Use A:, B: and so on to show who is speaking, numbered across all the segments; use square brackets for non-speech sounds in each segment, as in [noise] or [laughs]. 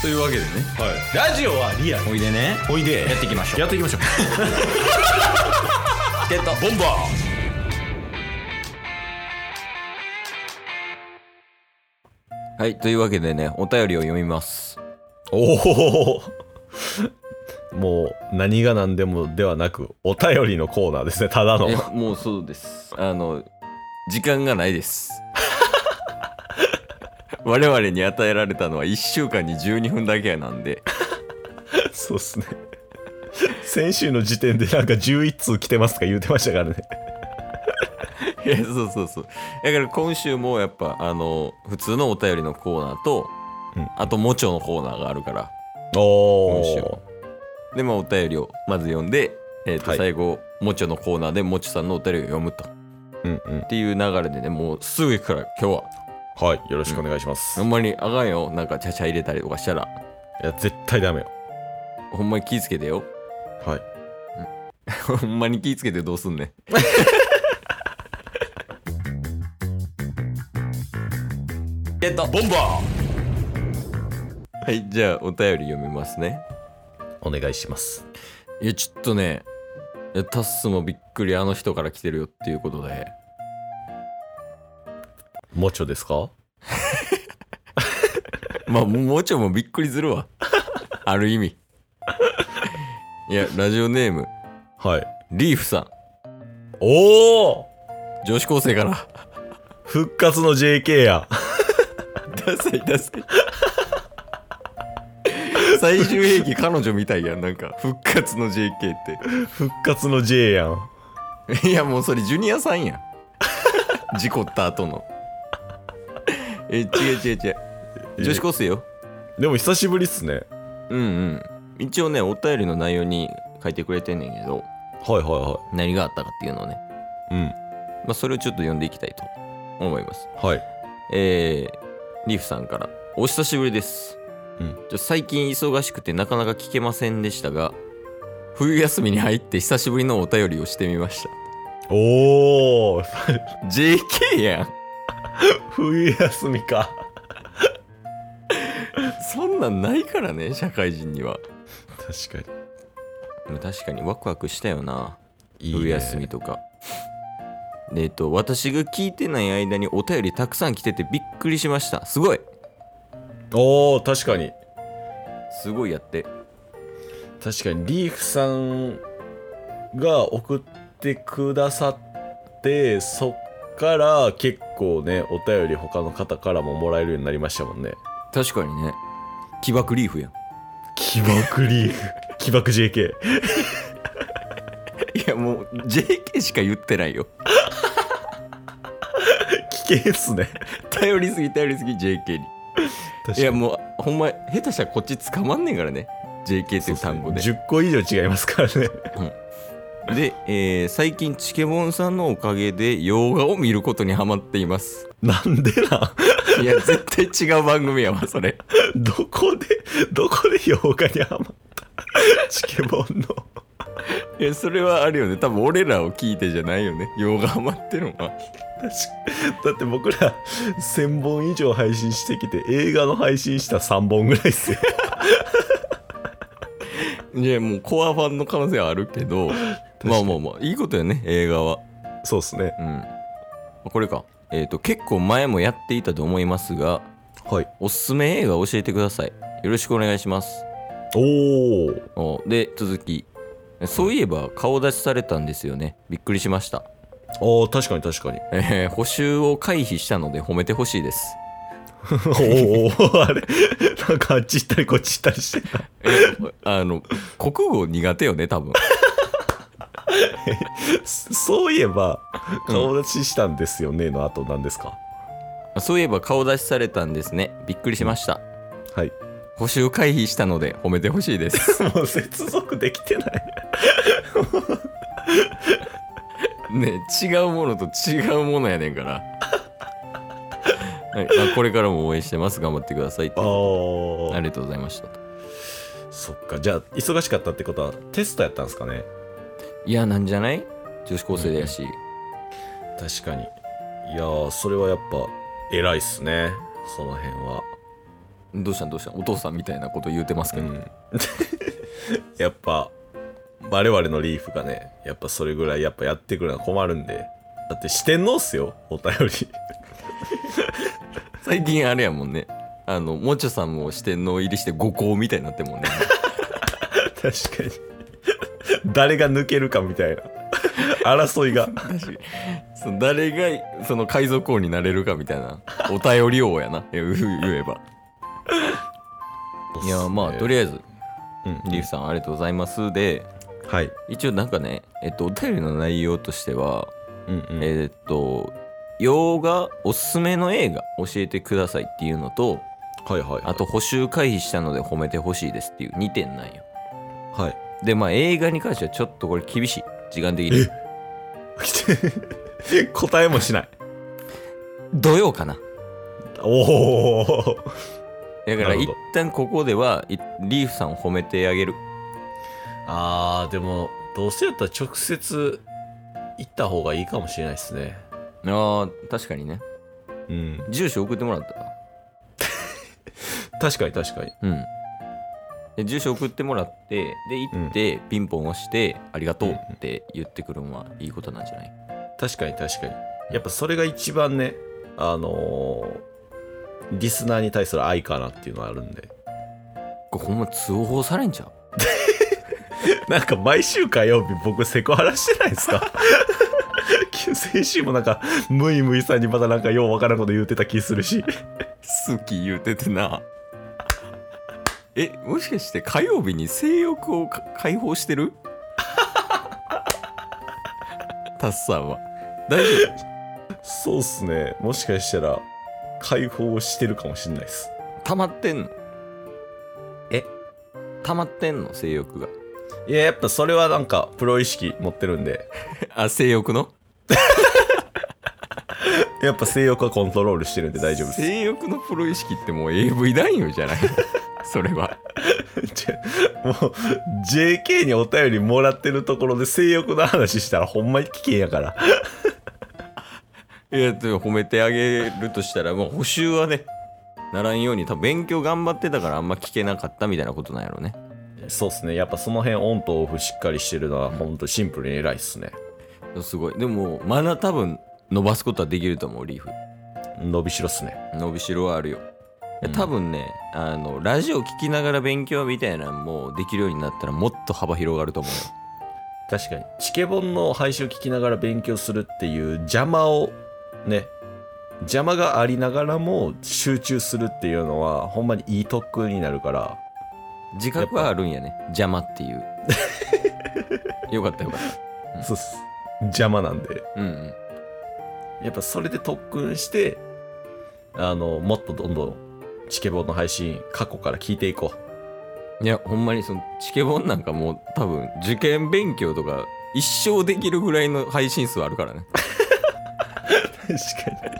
A: というわけでね
B: はい、ラジオはリアル
A: おいでね
B: おいで
A: やっていきましょう
B: やっていきましょう
A: ってた
B: ボンバ
A: はいというわけでねお便りを読みます
B: ーおおもう何が何でもではなくお便りのコーナーですねただの
A: えもうそうですあの時間がないです [laughs] 我々に与えられたのは1週間に12分だけなんで
B: そうっすね先週の時点でなんか11通来てますとか言うてましたからね
A: [laughs] いやそうそうそうだから今週もやっぱあの普通のお便りのコーナーと、
B: うん
A: あともちょのコーナーがあるから
B: お
A: 今週はでまあお便りをまず読んで、えーと
B: はい
A: 最後もちょのコーナーでもちょさんのお便りを読むとっ
B: うんうん
A: ていう流れでねもうすぐ行くから今日は
B: はいよろしくお願いします、
A: あんまりあかんよなんかちゃちゃ入れたりとかしたら
B: いや絶対ダメよ
A: ほんまに気ぃつけてよ [laughs]
B: はい
A: ほんまに気ぃつけてどうすんね
B: [laughs]
A: んゲット
B: ボンバ
A: はいじゃあお便り読みますね
B: ーお願いします
A: いやちょっとねいやタッスもびっくりあの人から来てるよっていうことで
B: もちょですか
A: まあもうちょいもびっくりする [laughs] わある意味いやラジオネーム
B: はい
A: リーフさん
B: おお
A: 女子高生から
B: 復活の JK や
A: ダサいダサい最終兵器彼女みたいやんなんか復活の JK って
B: 復活の J やん
A: いやもうそれジュニアさんやん事故った後のえ違う違う違う女子高生よ
B: でも久しぶりっすね
A: うんうん一応ねお便りの内容に書いてくれてんねんけど
B: はいはいは
A: 何があったかっていうのをね、
B: いうん
A: まあ、それをちょっと読んでいきたいと思います
B: はい
A: えー、リーフさんから「お久しぶりです」
B: うん
A: ちょ最近忙しくてなかなか聞けませんでしたが冬休みに入って久しぶりのお便りをしてみました
B: おお
A: JK やん
B: [laughs] 冬休みか
A: そんなんないからね社会人には
B: 確か
A: でも確かにワクワクしたよな
B: に
A: 冬休みとかでえっと私が聞いてない間にお便りたくさん来ててびっくりしましたすごい
B: おお確かに
A: すごいやって
B: 確かにリーフさんが送ってくださってそっから結構ねお便り他の方からももらえるようになりましたもんね
A: 確かにね起爆リーフやん
B: 起爆リーフ [laughs] 起爆 JK
A: いやもう JK しか言ってないよ
B: 危険っすね
A: 頼りすぎ頼りすぎ JK に
B: 確
A: いやもうほんま下手したらこっち捕まんねんからね JK っていう単語で
B: 10個以上違いますからね
A: で、えー最近チケボンさんのおかげで洋画を見ることにハマっています
B: なんでなん
A: いや絶対違う番組やわそれ
B: どこでどこで洋画にハマったチケボンの
A: いやそれはあるよね多分俺らを聞いてじゃないよね洋画ハマってるのは
B: [laughs] 確かだって僕ら1000本以上配信してきて映画の配信した3本ぐらいっすよ
A: いやもうコアファンの可能性はあるけどまあまあまあいいことやね映画は
B: [laughs] そうっすね
A: うんこれかえっ、と結構前もやっていたと思いますが
B: はい
A: おすすめ映画を教えてくださいよろしくお願いします
B: おお
A: おで続きそういえば顔出しされたんですよねびっくりしました、
B: おー確かに確かに
A: えー補修を回避したので褒めてほしいです
B: [laughs] おーおーあれなんかあっち行ったりこっち行ったりしてた
A: あの国語苦手よね多分
B: そういえば顔出ししたんですよねの後なんですか、
A: そういえば顔出しされたんですねびっくりしました
B: はい
A: 補修回避したので褒めてほしいです
B: [laughs] もう接続できてない
A: ね違うものと違うものやねんから、はいまあこれからも応援してます頑張ってください
B: あ
A: あ
B: あ
A: りがとうございました
B: そっかじゃあ忙しかったってことはテストやったんですかね
A: いやなんじゃない女子高生やし、
B: 確かにいやーそれはやっぱ偉いっすねその辺は
A: どうしたんどうしたんお父さんみたいなこと言うてますけど、
B: うん [laughs] やっぱ我々のリーフがねやっぱそれぐらいやっぱやってくるのは困るんでだって四天王っすよお便り [laughs]
A: 最近あれやもんねあのもちょさんも四天王入りして五校みたいになってんもんね
B: 確かに [laughs] 誰が抜けるかみたいな [laughs] 争いが
A: [laughs] その誰がその海賊王になれるかみたいなお便り王やな言えばいやまあと
B: あ
A: りあえず
B: えず、うん
A: リーフさんありがとうございますで
B: はい
A: 一応なんかねえっとお便りの内容としては
B: うんうん
A: えーっと洋画おすすめの映画教えてくださいっていうのと
B: はいはいはい
A: あと補修回避したので褒めてほしいですっていう2点なんよ
B: はい
A: でまあ映画に関してはちょっとこれ厳しい時間的に
B: [laughs] 答えもしない
A: 土曜かな
B: おお
A: だから
B: なるほ
A: 一
B: ど
A: 旦ここではいリーフさんを褒めてあげる
B: あーでもどうせやったら直接行った方がいいかもしれないですね
A: あー確かにね
B: うん
A: 住所送ってもらったら
B: 確かに確かに
A: うんで住所送ってもらってで行ってピンポン押して「ありがとう」って言ってくるのはいいことなんじゃない
B: 確かに確かにやっぱそれが一番ねあのーリスナーに対する愛かなっていうのはあるんで [laughs]
A: これほんま通報されんちゃう
B: なんか毎週火曜日僕セクハラしてないですか [laughs] 先週もなんかムイムイさんにまたなんかようわからんこと言うてた気するし
A: 好き言うててなえもしかして火曜日に性欲をか解放してる [laughs] タッさんは大丈夫
B: そうっすねもしかしたら解放してるかもしれないです
A: 溜まってんの
B: え
A: 溜まってんの性欲が
B: いややっぱそれはなんかプロ意識持ってるんで
A: あ性欲の
B: やっぱ性欲はコントロールしてるんで大丈夫です。
A: 性欲のプロ意識ってもう AV 男優じ [laughs] ゃないそれは
B: もう JK にお便りもらってるところで性欲の話したらほんまに危険やから。
A: いやでも褒めてあげるとしたらもう補習はねならんように多分勉強頑張ってたからあんま聞けなかったみたいなことなんやろうね
B: そうっすね。やっぱその辺オンとオフしっかりしてるのはほんとシンプルに偉いっすね。
A: すごいでもまだ多分伸ばすことはできると思うリーフ
B: 伸びしろっすね。
A: 伸びしろはあるよで
B: うん
A: 多分ね、あのラジオ聞きながら勉強みたいなのもできるようになったらもっと幅広がると思うよ
B: 確かに。チケボンの配信を聞きながら勉強するっていう邪魔をね、邪魔がありながらも集中するっていうのはほんまにいい特訓になるから。
A: 自覚はあるんやね邪魔って [laughs] いうよかったよかっ
B: そうっす。邪魔なんで。
A: たうんうん
B: やっぱそれで特訓して、あの、もっとどんどんチケボンの配信、過去から聞いていこ
A: いやほんまにそのチケボンなんかもう多分受験勉強とか一生できるぐらいの配信数ある [laughs] からね
B: う。確かに。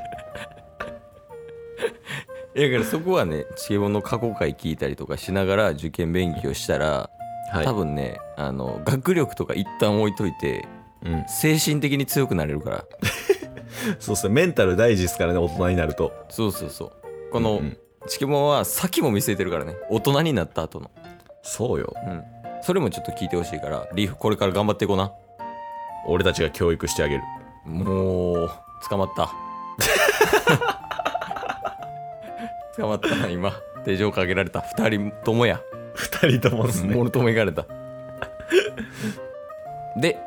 A: だからそこはねチケボンの過去回聞いたりとかしながら受験勉強したら、
B: はい。
A: 多分ねあの学力とか一旦置いといて
B: うん。
A: 精神的に強くなれるから
B: そうですね。メンタル大事ですからね、大人になると。
A: そうそうそうこの、
B: うんうん
A: チケボンは先も見据えてるからね大人になった後の
B: そうよ。
A: うんそれもちょっと聞いてほしいからリーフこれから頑張っていこうな
B: 俺たちが教育してあげる。
A: もう捕まった [laughs] 捕まったな今手錠かけられた2人ともや
B: 二人ともですね。
A: もろともいかれたで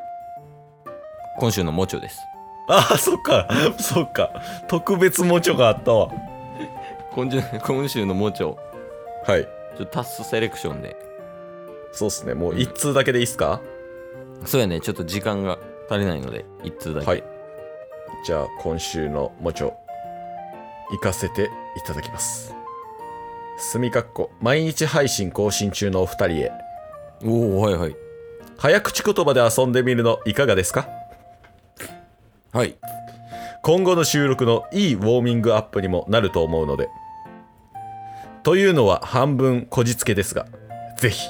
A: 今週のモチョです
B: ああ、そっか。そっか。特別もちょがあったわ。
A: 今週今週のモチョ
B: はい。
A: ちょっとタスセレクションで
B: そうですね。もう一通だけでいいっすか、
A: そうやねちょっと時間が足りないので一通だけ、
B: はい。じゃあ、今週のもちょ、行かせていただきます。すみかっこ、毎日配信更新中のお二人へ、
A: おおはいはい
B: 早口言葉で遊んでみるのいかがですか
A: はい
B: 今後の収録のいいウォーミングアップにもなると思うので。というのは半分こじつけですが、ぜひ。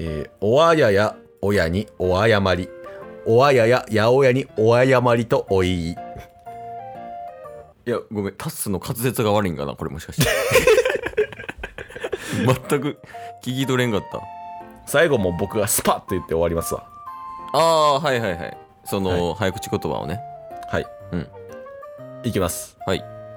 B: えーおあややおやにおあやまり、おあやややおやにおあやまりとおいい。
A: いやごめんタッスの滑舌が悪いんかなこれもしかして [laughs] 全く聞き取れんかった
B: 最後も僕がスパッと言って終わりますわ
A: ああーはいはいはいその、早口言葉をね
B: はい
A: うん
B: いきます
A: はい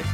C: す